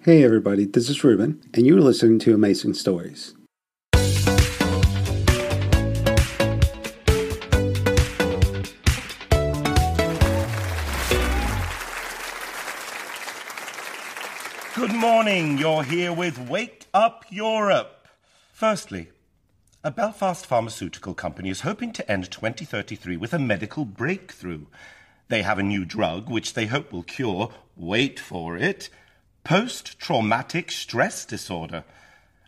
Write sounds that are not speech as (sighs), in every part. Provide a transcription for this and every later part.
Hey, everybody, this is Ruben, and you're listening to Amazing Stories. Good morning. You're here with Wake Up Europe. Firstly, a Belfast pharmaceutical company is hoping to end 2033 with a medical breakthrough. They have a new drug which they hope will cure, wait for it, post traumatic stress disorder.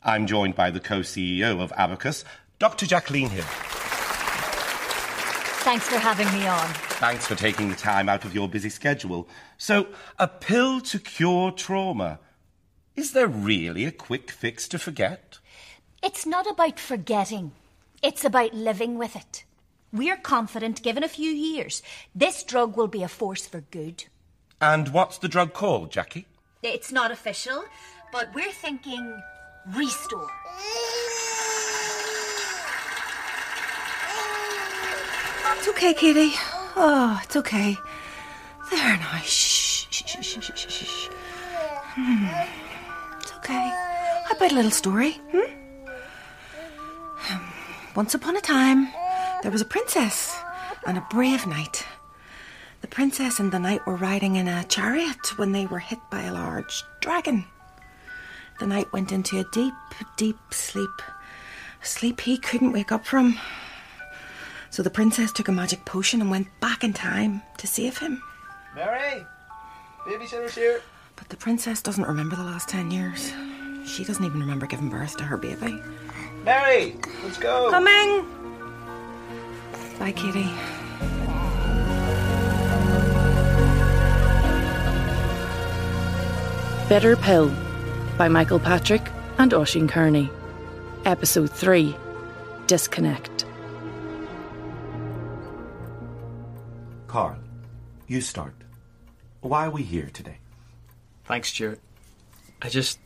I'm joined by the co CEO of Abacus, Dr. Jacqueline Hill. Thanks for having me on. Thanks for taking the time out of your busy schedule. So, a pill to cure trauma. Is there really a quick fix to forget? It's not about forgetting, it's about living with it. We're confident, given a few years, this drug will be a force for good. And what's the drug called, Jackie? It's not official, but we're thinking restore. It's okay, Kitty. Oh, it's okay. There now. Shh, shh, shh, shh, shh, shh, shh. Hmm. It's okay. How about a little story? Hmm? Um, Once upon a time, there was a princess and a brave knight. The princess and the knight were riding in a chariot when they were hit by a large dragon. The knight went into a deep, deep sleep. A sleep he couldn't wake up from. So the princess took a magic potion and went back in time to save him. Mary, babysitter's here. But the princess doesn't remember the last 10 years. She doesn't even remember giving birth to her baby. Mary, let's go. Coming! Bye, Kitty. Better Pill by Michael Patrick and Oisin Kearney. Episode 3 Disconnect. Carl, you start. Why are we here today? Thanks, Stuart. I just,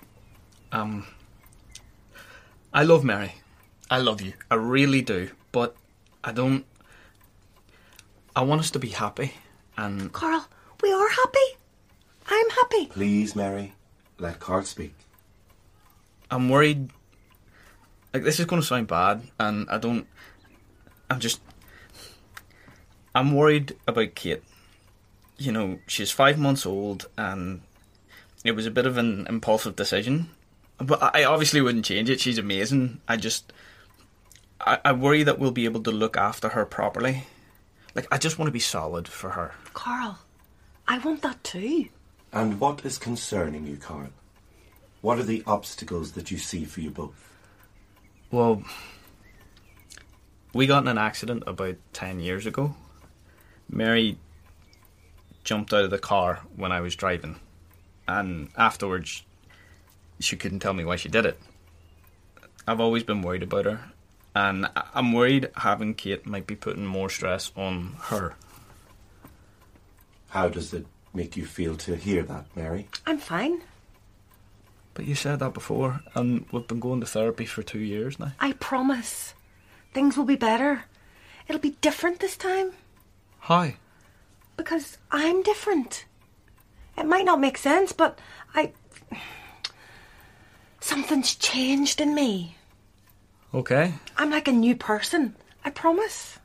um, I love Mary. I love you. I really do. But I don't. I want us to be happy, and Carl, we are happy. I'm happy. Please, Mary, let Carl speak. I'm worried. Like this is going to sound bad, and I don't. I'm just. I'm worried about Kate. You know, she's five months old, and it was a bit of an impulsive decision. But I I obviously wouldn't change it. She's amazing. I just. I, I worry that we'll be able to look after her properly. Like, I just want to be solid for her. Carl, I want that too. And what is concerning you, Carl? What are the obstacles that you see for you both? Well, we got in an accident about 10 years ago. Mary jumped out of the car when I was driving, and afterwards, she couldn't tell me why she did it. I've always been worried about her, and I- I'm worried having Kate might be putting more stress on her. How does it make you feel to hear that, Mary? I'm fine. But you said that before, and we've been going to therapy for two years now. I promise. Things will be better. It'll be different this time How? because I'm different. It might not make sense, but I. Something's changed in me. Okay. I'm like a new person. I promise.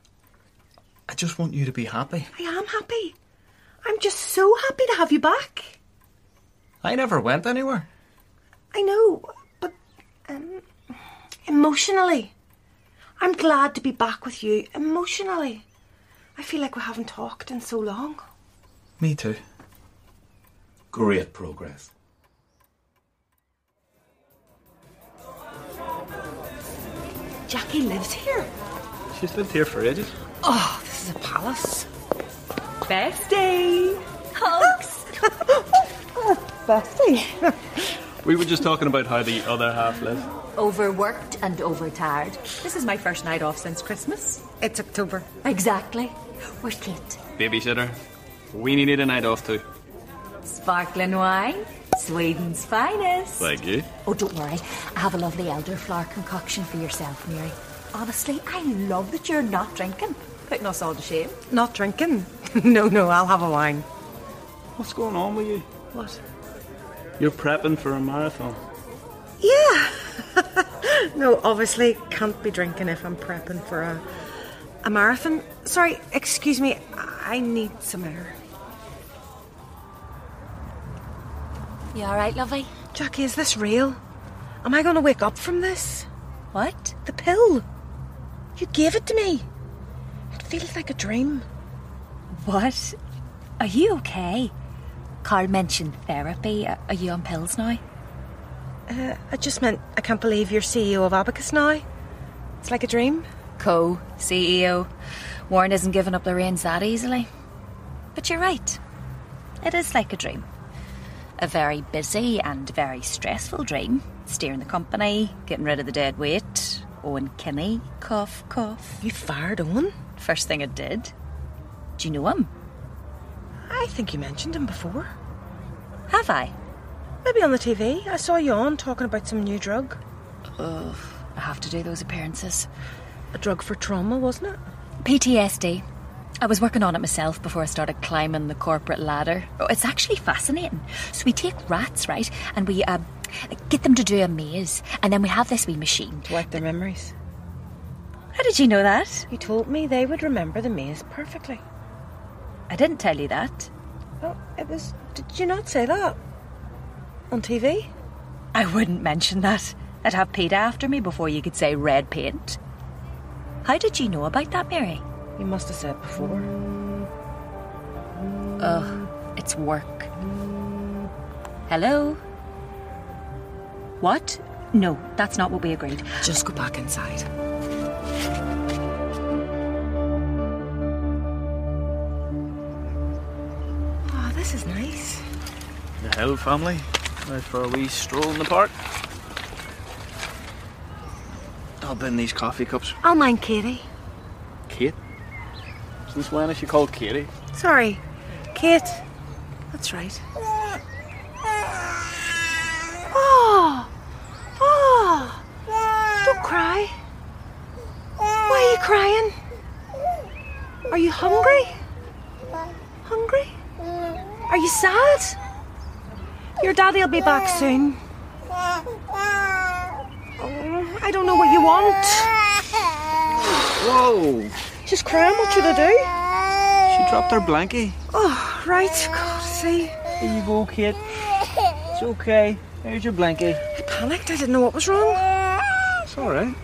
I just want you to be happy. I am happy. I'm just so happy to have you back. I never went anywhere. I know, but um, emotionally, I'm glad to be back with you. Emotionally, I feel like we haven't talked in so long. Me too. Great progress. Jackie lives here. She's lived here for ages. Oh, this is a palace. (laughs) Hugs! We were just talking about how the other half live. Overworked and overtired. This is my first night off since Christmas. It's October. Exactly. Where's Kate? Babysitter. We needed a night off too. Sparkling wine. Sweden's finest. Like you. Oh, don't worry. I have a lovely elderflower concoction for yourself, Mary. Honestly, I love that you're not drinking. Putting us all to shame. Not (laughs) drinking. no, no, I'll have a wine. What's going on with you? What? You're prepping for a marathon. Yeah. (laughs) no, obviously can't be drinking if I'm prepping for a a marathon. Sorry, excuse me. I need some air. You all right, lovey? Jackie, is this real? Am I going to wake up from this? What? The pill. You gave it to me. It feels like a dream. What? Are you okay? Carl mentioned therapy. Are are you on pills now? I just meant I can't believe you're CEO of Abacus now. It's like a dream. Co CEO. E Warren isn't giving up the reins that easily. But you're right. It is like a dream. A very busy and very stressful dream. Steering the company, getting rid of the dead weight. Owen Kinney, cough, cough. You fired Owen? First thing I did. Do you know him? I think you mentioned him before. Have I? Maybe on the TV. I saw you on talking about some new drug. I have to do those appearances. A drug for trauma, wasn't it? PTSD. I was working on it myself before I started climbing the corporate ladder. Oh, it's actually fascinating. So we take rats, right, and we um, get them to do a maze, and then we have this wee machine. Wipe their memories. How did you know that? You told me they would remember the maze perfectly. I didn't tell you that. Well, it was. Did you not say that? On TV? I wouldn't mention that. I'd have Peter after me before you could say red paint. How did you know about that, Mary? You must have said before. It's work. Hello? What? No, that's not what we agreed. Just go back inside. Oh, this is nice. The Hill family. Out for a wee stroll in the park. I'll bin these coffee cups. I'll mind Katie. Kate? Since when is she called Katie? Sorry, Kate. That's right. Oh, oh! Don't cry. Why are you crying? Are you hungry? Hungry? Are you sad? Your daddy'll be back soon. Oh, I don't know what you want. Whoa! She's crying. What should I do? She dropped her blankie. Oh, right. God, see. Here you go, Kate. It's okay. Here's your blankie. I panicked. I didn't know what was wrong. It's alright.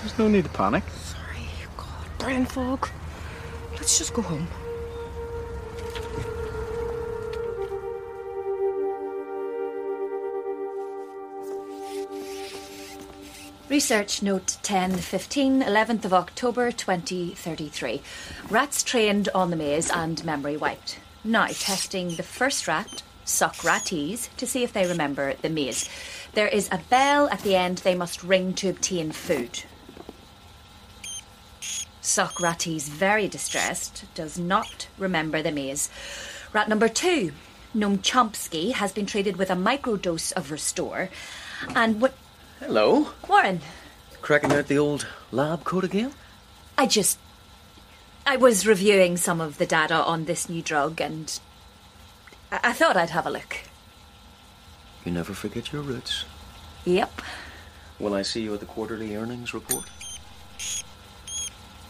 There's no need to panic. Sorry, God, brain fog. Let's just go home. Research note 10 15, 11th of October 2033. Rats trained on the maze and memory wiped. Now testing the first rat, Socrates, to see if they remember the maze. There is a bell at the end they must ring to obtain food. Socrates, very distressed, does not remember the maze. Rat number two, Noam Chomsky, has been treated with a microdose of Restore. And what. Hello. Warren, Cracking out the old lab coat again? I just. I was reviewing some of the data on this new drug and. I, I thought I'd have a look. You never forget your roots. Yep. Will I see you at the quarterly earnings report?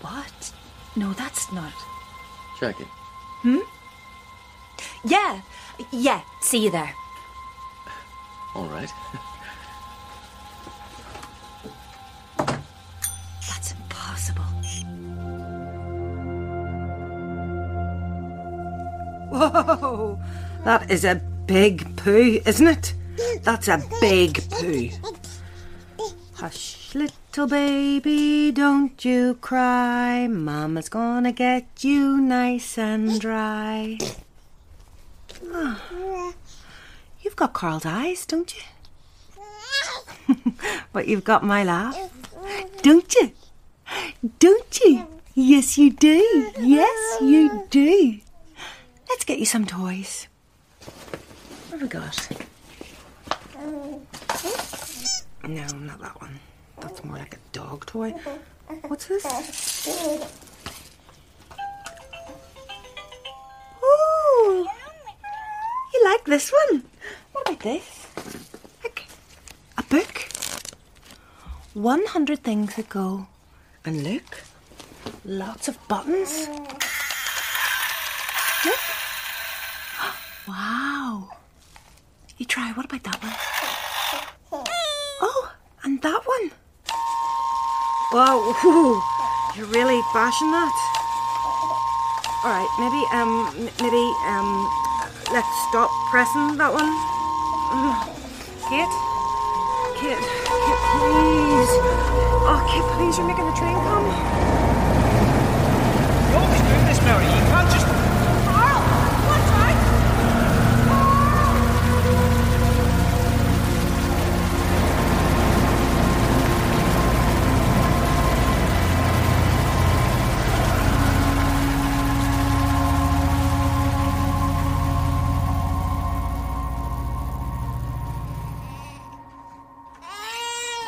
What? No, that's not. Jackie, Yeah, yeah, see you there. alright. That's impossible. Whoa! That is a big poo, isn't it? That's a big poo. Hush, little baby, don't you cry. Mama's gonna get you nice and dry. Ah. You've got Carl's eyes, don't you? but you've got my laugh, don't you? Don't you? Yes, you do. Yes, you do. Let's get you some toys. What have we got? No, not that one. That's more like a dog toy. What's this? Ooh! You like this one? What about at this. Look, a book. 100 things that go. And look, lots of buttons. Look. (gasps) Wow. You try, what about that one? Oh, and that one. Wow, whew, you're really bashing that. All right, maybe, um, m- maybe, um, let's stop pressing that one. Mm. Kate? Kate, Kate, please. Oh, Kate, please, you're making the train come. You're always doing this, Mary. You can't just. Carl, watch out!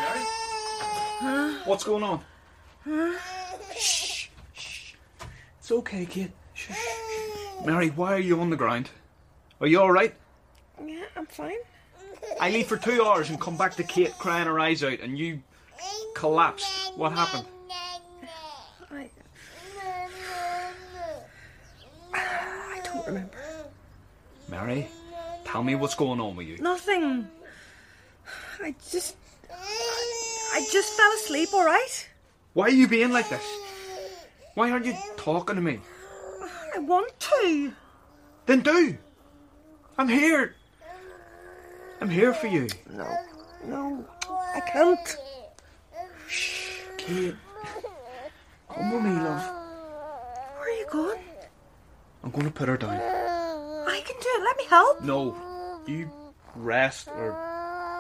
Mary? What's going on? Shh. shh. It's okay, kid. Shh. shh. Mary, why are you on the ground? Are you alright? Yeah, I'm fine. I leave for two hours and come back to Kate crying her eyes out and you collapsed. What happened? I. I don't remember. Mary, tell me what's going on with you. Nothing. I just. I just fell asleep, alright? Why are you being like this? Why aren't you talking to me? I want to. Then do. I'm here. I'm here for you. No. No, I can't. Kate. Come with me, love. Where are you going? I'm going to put her down. I can do it, let me help. No. You rest or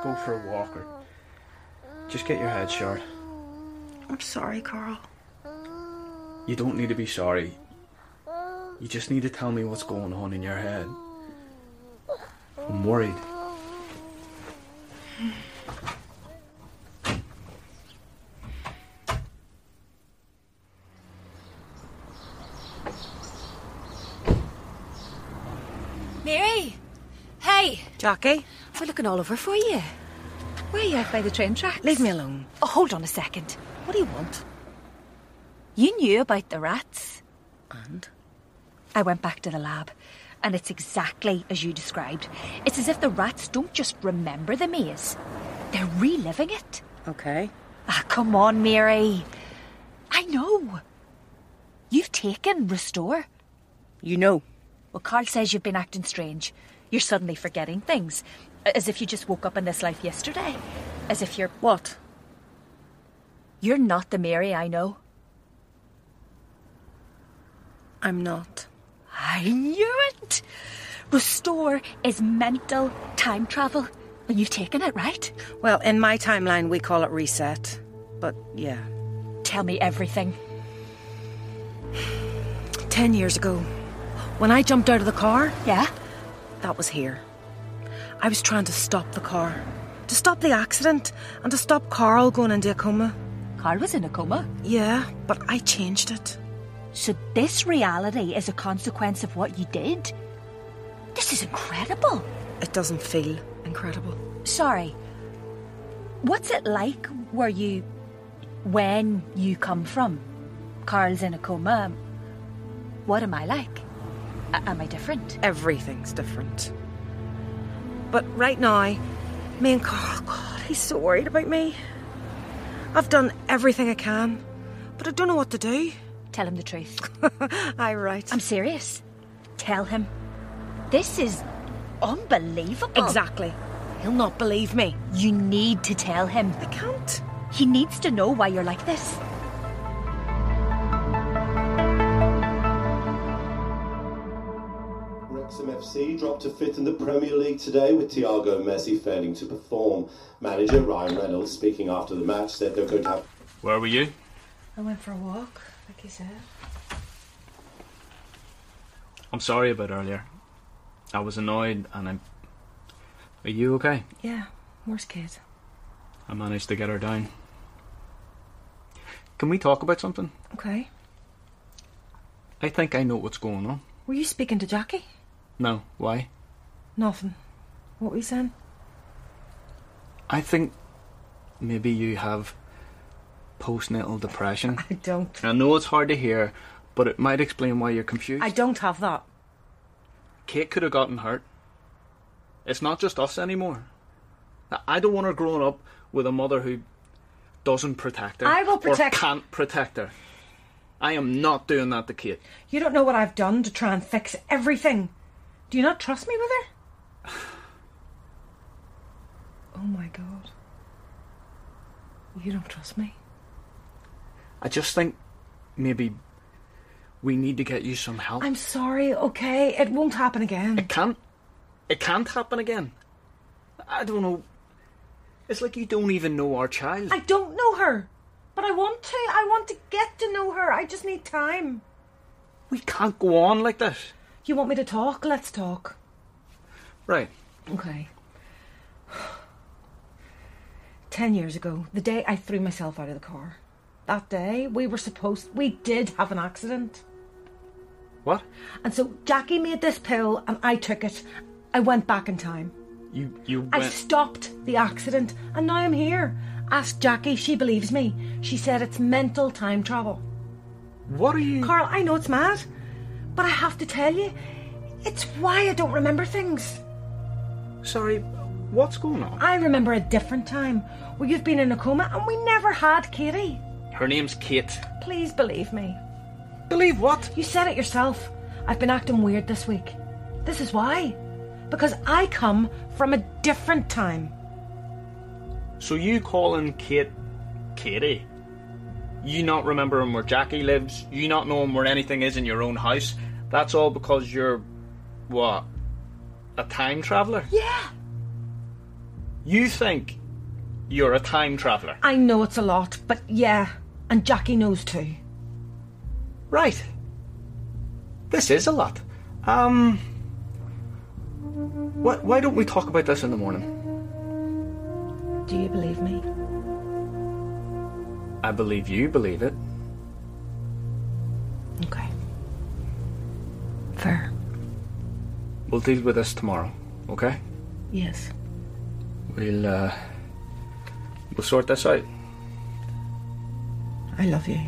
go for a walk or just get your head short. I'm sorry, Carl. You don't need to be sorry. You just need to tell me what's going on in your head. I'm worried. Mary! Hey! Jackie? We're looking all over for you. Where are you out by the train tracks? Leave me alone. Oh, hold on a second. What do you want? You knew about the rats. And? I went back to the lab, and it's exactly as you described. It's as if the rats don't just remember the maze, they're reliving it. Okay. Ah, come on, Mary. I know. You've taken Restore. You know. Well, Carl says you've been acting strange. You're suddenly forgetting things. a- As if you just woke up in this life yesterday. As if you're. What? You're not the Mary I know. I'm not. I knew it! Restore is mental time travel. And you've taken it, right? Well, in my timeline, we call it reset. But yeah. Tell me everything. Ten years ago, when I jumped out of the car. Yeah? That was here. I was trying to stop the car, to stop the accident, and to stop Carl going into a coma. Carl was in a coma. Yeah, but I changed it. So this reality is a consequence of what you did? This is incredible. It doesn't feel incredible. Sorry. What's it like where you. when you come from? Carl's in a coma. What am I like? A- am I different? Everything's different. But right now, me and Carl, oh God, he's so worried about me. I've done everything I can, but I don't know what to do. (laughs) Tell him the truth. I right. I'm serious. Tell him. This is unbelievable. Oh. Exactly. He'll not believe me. You need to tell him. I can't. He needs to know why you're like this. Wrexham FC dropped to fifth in the Premier League today with Thiago Messi failing to perform. Manager Ryan Reynolds, speaking after the match, said they're going to have Where were you? I went for a walk, like you said. I'm sorry about earlier. I was annoyed and I'm. Are you okay? Yeah, worst kid. I managed to get her down. Can we talk about something? Okay. I think I know what's going on. Were you speaking to Jackie? No. Why? Nothing. What were you saying? I think maybe you have postnatal depression. I don't. I know it's hard to hear, but it might explain why you're confused. I don't have that. Kate could have gotten hurt. It's not just us anymore. I- I don't want her growing up with a mother who doesn't protect her. I will protect- Or can't protect her. I am not doing that to Kate. You don't know what I've done to try and fix everything. Do you not trust me with her? (sighs) Oh my god. You don't trust me. I just think maybe we need to get you some help. I'm sorry, okay? It won't happen again. It can't. It can't happen again. I don't know. It's like you don't even know our child. I don't know her, but I want to. I want to get to know her. I just need time. We can't go on like this. You want me to talk? Let's talk. Right. Okay. (sighs) Ten years ago, the day I threw myself out of the car, that day we were supposed. We did have an accident. What? And so Jackie made this pill and I took it. I went back in time. You you I went. stopped the accident and now I'm here. Ask Jackie, she believes me. She said it's mental time travel. What are you. Carl, I know it's mad, but I have to tell you, it's why I don't remember things. Sorry, what's going on? I remember a different time where you've been in a coma and we never had Katie. Her name's Kate. Please believe me. Believe what? You said it yourself. I've been acting weird this week. This is why. Because I come from a different time. So you calling Kate Katie? You not remembering where Jackie lives? You not knowing where anything is in your own house? That's all because you're what? A time traveler? Yeah. You think you're a time traveler? I know it's a lot, but yeah, and Jackie knows too. Right. This is a lot. Um. What? Why don't we talk about this in the morning? Do you believe me? I believe you believe it. Okay. Fair. We'll deal with this tomorrow, okay? Yes. We'll uh, we'll sort this out. I love you.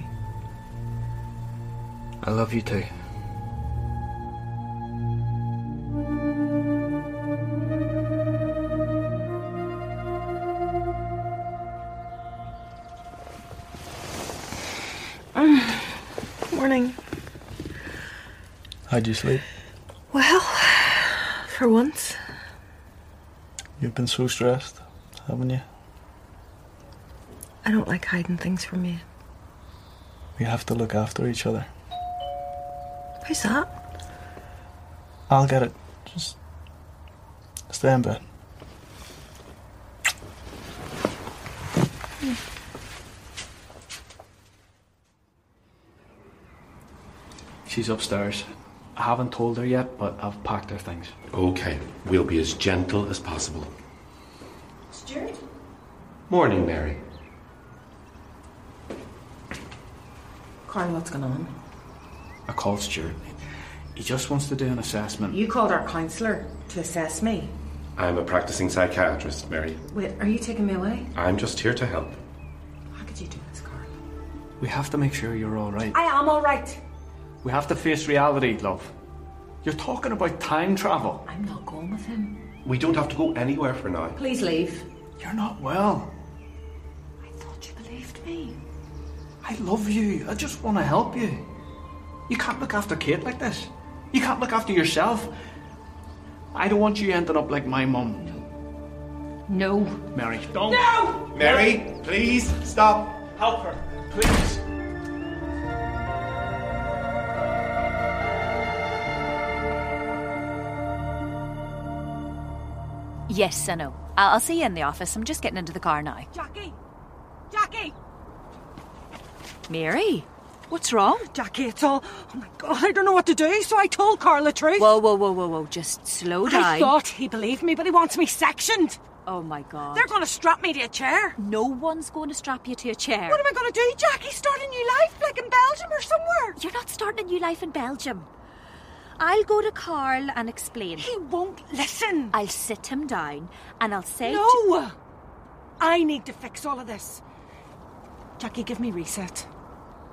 I love you too. Morning. How'd you sleep? Well, for once. You've been so stressed, haven't you? I don't like hiding things from you. We have to look after each other. Who's that? I'll get it. Just stay in bed. She's upstairs. I haven't told her yet, but I've packed her things. Okay, we'll be as gentle as possible. Stuart? Morning, Mary. Carl, what's going on? I called Stuart. He just wants to do an assessment. You called our counsellor to assess me. I'm a practicing psychiatrist, Mary. Wait, are you taking me away? I'm just here to help. How could you do this, Carl? We have to make sure you're all right. I am alright. We have to face reality, love. You're talking about time travel. I'm not going with him. We don't have to go anywhere for now. Please leave. You're not well. Thought you believed me. I love you. I just want to help you. You can't look after Kate like this. You can't look after yourself. I don't want you ending up like my mum. No. Mary, don't. No! Mary, please stop. Help her, please. Yes, I know. I- I'll see you in the office. I'm just getting into the car now. Jackie! Jackie! Mary, what's wrong? Jackie, it's all. Oh my god, I don't know what to do, so I told Carl the truth. Whoa, whoa, whoa, whoa, whoa. Just slow down. I thought he believed me, but he wants me sectioned. Oh my god. They're going to strap me to a chair. No one's going to strap you to a chair. What am I going to do, Jackie? Start a new life, like in Belgium or somewhere? You're not starting a new life in Belgium. I'll go to Carl and explain. He won't listen. I'll sit him down and I'll say. No! I need to fix all of this. Jackie, give me reset.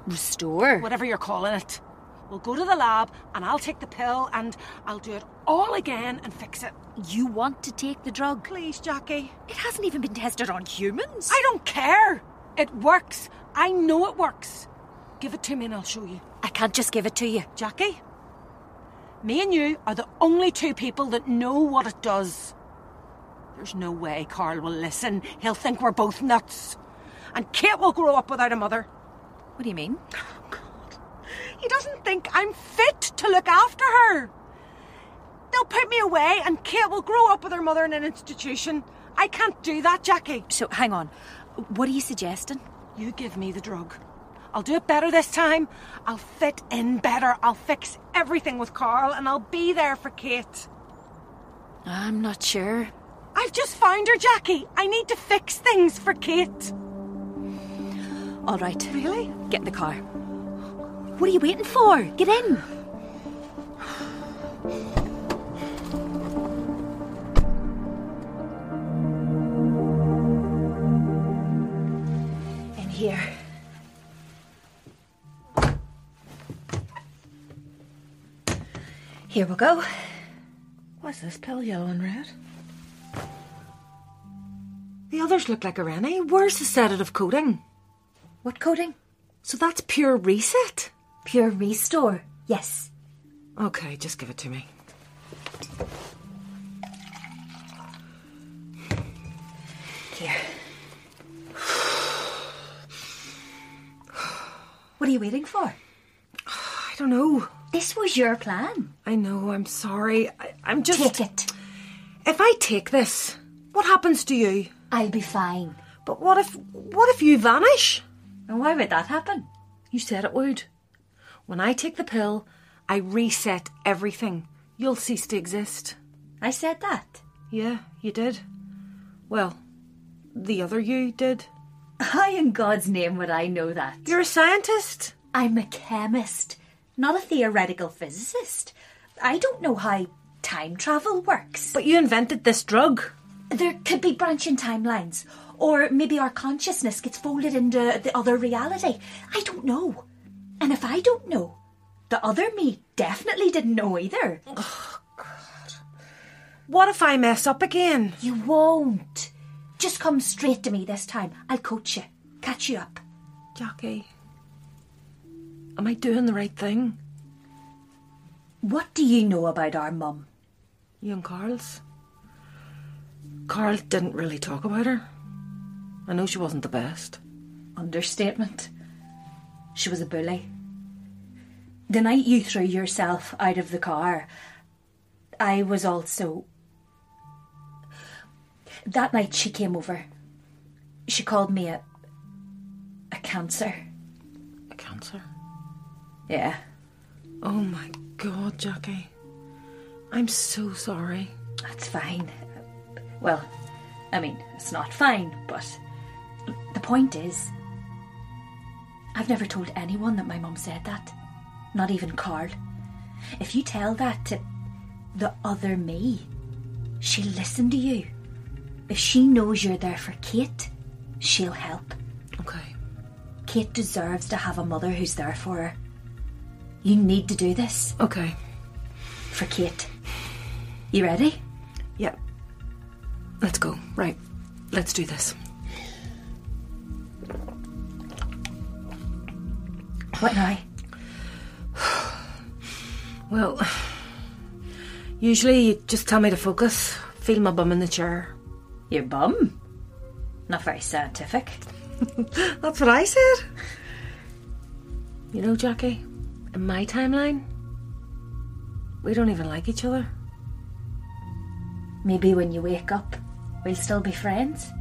Restore? Whatever you're calling it. We'll go to the lab and I'll take the pill and I'll do it all again and fix it. You want to take the drug? Please, Jackie. It hasn't even been tested on humans. I don't care. It works. I know it works. Give it to me and I'll show you. I can't just give it to you. Jackie, me and you are the only two people that know what it does. There's no way Carl will listen. He'll think we're both nuts. And Kate will grow up without a mother. What do you mean? Oh, God. He doesn't think I'm fit to look after her. They'll put me away, and Kate will grow up with her mother in an institution. I can't do that, Jackie. So, hang on. What are you suggesting? You give me the drug. I'll do it better this time. I'll fit in better. I'll fix everything with Carl and I'll be there for Kate. I'm not sure. I've just found her, Jackie. I need to fix things for Kate. All right. Really? Get in the car. What are you waiting for? Get in. In here. Here we go. What's this pill, yellow and red? The others look like a Rennie. Where's the sedative coating? What coating? So that's pure reset? Pure restore, yes. Okay, just give it to me. Here. (sighs) what are you waiting for? I don't know. This was your plan. I know, I'm sorry. I, am just. Take it. If I take this, what happens to you? I'll be fine. But what if. What if you vanish? And why would that happen? You said it would. When I take the pill, I reset everything. You'll cease to exist. I said that. (laughs) Yeah, you did. Well, the other you did. How in God's name would I know that? You're a scientist? I'm a chemist not a theoretical physicist. I don't know how time travel works. But you invented this drug. There could be branching timelines, or maybe our consciousness gets folded into the other reality. I don't know. And if I don't know, the other me definitely didn't know either. Oh, God. What if I mess up again? You won't. Just come straight to me this time. I'll coach you, catch you up. Jackie. Am I doing the right thing? What do you know about our mum? You and Carl's? Carl didn't really talk about her. I know she wasn't the best. Understatement. She was a bully. The night you threw yourself out of the car, I was also. That night she came over. She called me a. a cancer. A cancer? Yeah. Oh my god, Jackie. I'm so sorry. That's fine. Well, I mean, it's not fine, but the point is, I've never told anyone that my mum said that. Not even Carl. If you tell that to the other me, she'll listen to you. If she knows you're there for Kate, she'll help. Okay. Kate deserves to have a mother who's there for her. You need to do this. Okay. For Kate. You ready? Yep. Yeah. Let's go. Right. Let's do this. What now? well, usually you just tell me to focus. Feel my bum in the chair. Your bum? Not very scientific. That's what I said. You know, Jackie, in my timeline, we don't even like each other. Maybe when you wake up, we'll still be friends.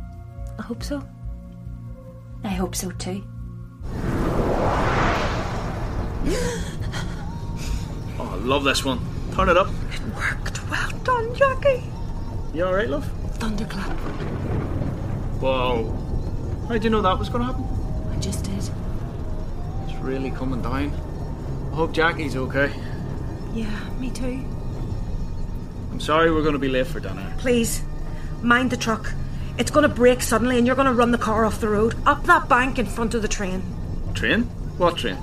I hope so. I hope so too. oh, I love this one. Turn it up. It worked. Well done, Jackie. You alright, love? Thunderclap. Whoa. How did you know that was going to happen? I just did. It's really coming down. I hope Jackie's okay. Yeah, me too. I'm sorry we're going to be late for dinner. Please, mind the truck. It's going to break suddenly and you're going to run the car off the road, up that bank in front of the train. Train? What train?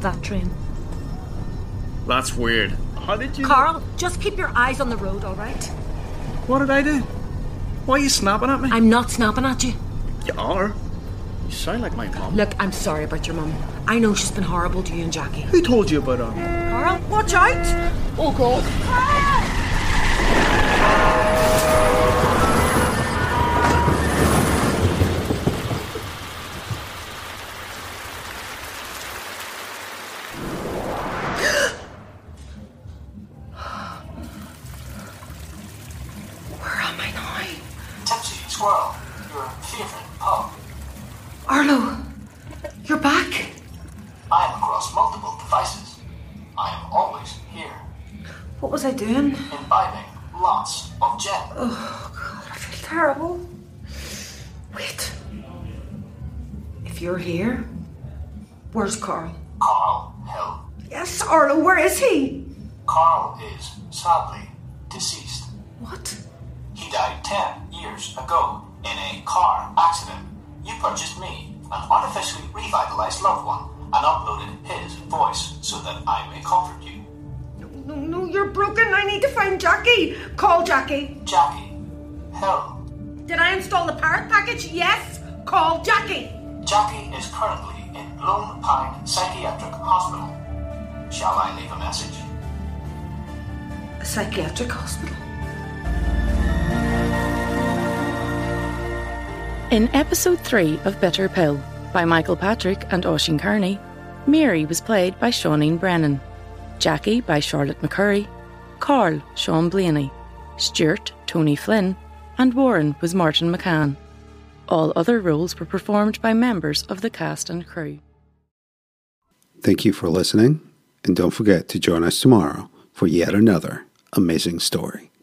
That train. That's weird. How did you. Carl, just keep your eyes on the road, all right? What did I do? Why are you snapping at me? I'm not snapping at you. You are. You sound like my mum. Look, I'm sorry about your mum. I know she's been horrible to you and Jackie. Who told you about her? Carl, watch out! Oh, God. Where am I now? Tipsy Squirrel, your favourite pub. Arlo, you're back. I am across multiple devices. I am always here, What was I doing? imbibing lots of gin. I feel terrible. Wait. If you're here, where's Carl? Carl Hill. Yes, Arlo, where is he? Carl is sadly deceased. What? He died 10 years ago in a car accident. You purchased me, an artificially revitalized loved one, and uploaded his voice so that I may comfort you. No, no, you're broken. I need to find Jackie. Call Jackie. Jackie, hell. Did I install the pirate package? Yes. Call Jackie. Jackie is currently in Lone Pine Psychiatric Hospital. Shall I leave a message? A psychiatric hospital. In episode 3 of Bitter Pill by Michael Patrick and Oisin Kearney, Mary was played by Shauneen Brennan, Jackie by Charlotte McCurry, Carl Sean Blaney, Stuart Tony Flynn, and Warren was Martin McCann. All other roles were performed by members of the cast and crew. Thank you for listening, and don't forget to join us tomorrow for yet another amazing story.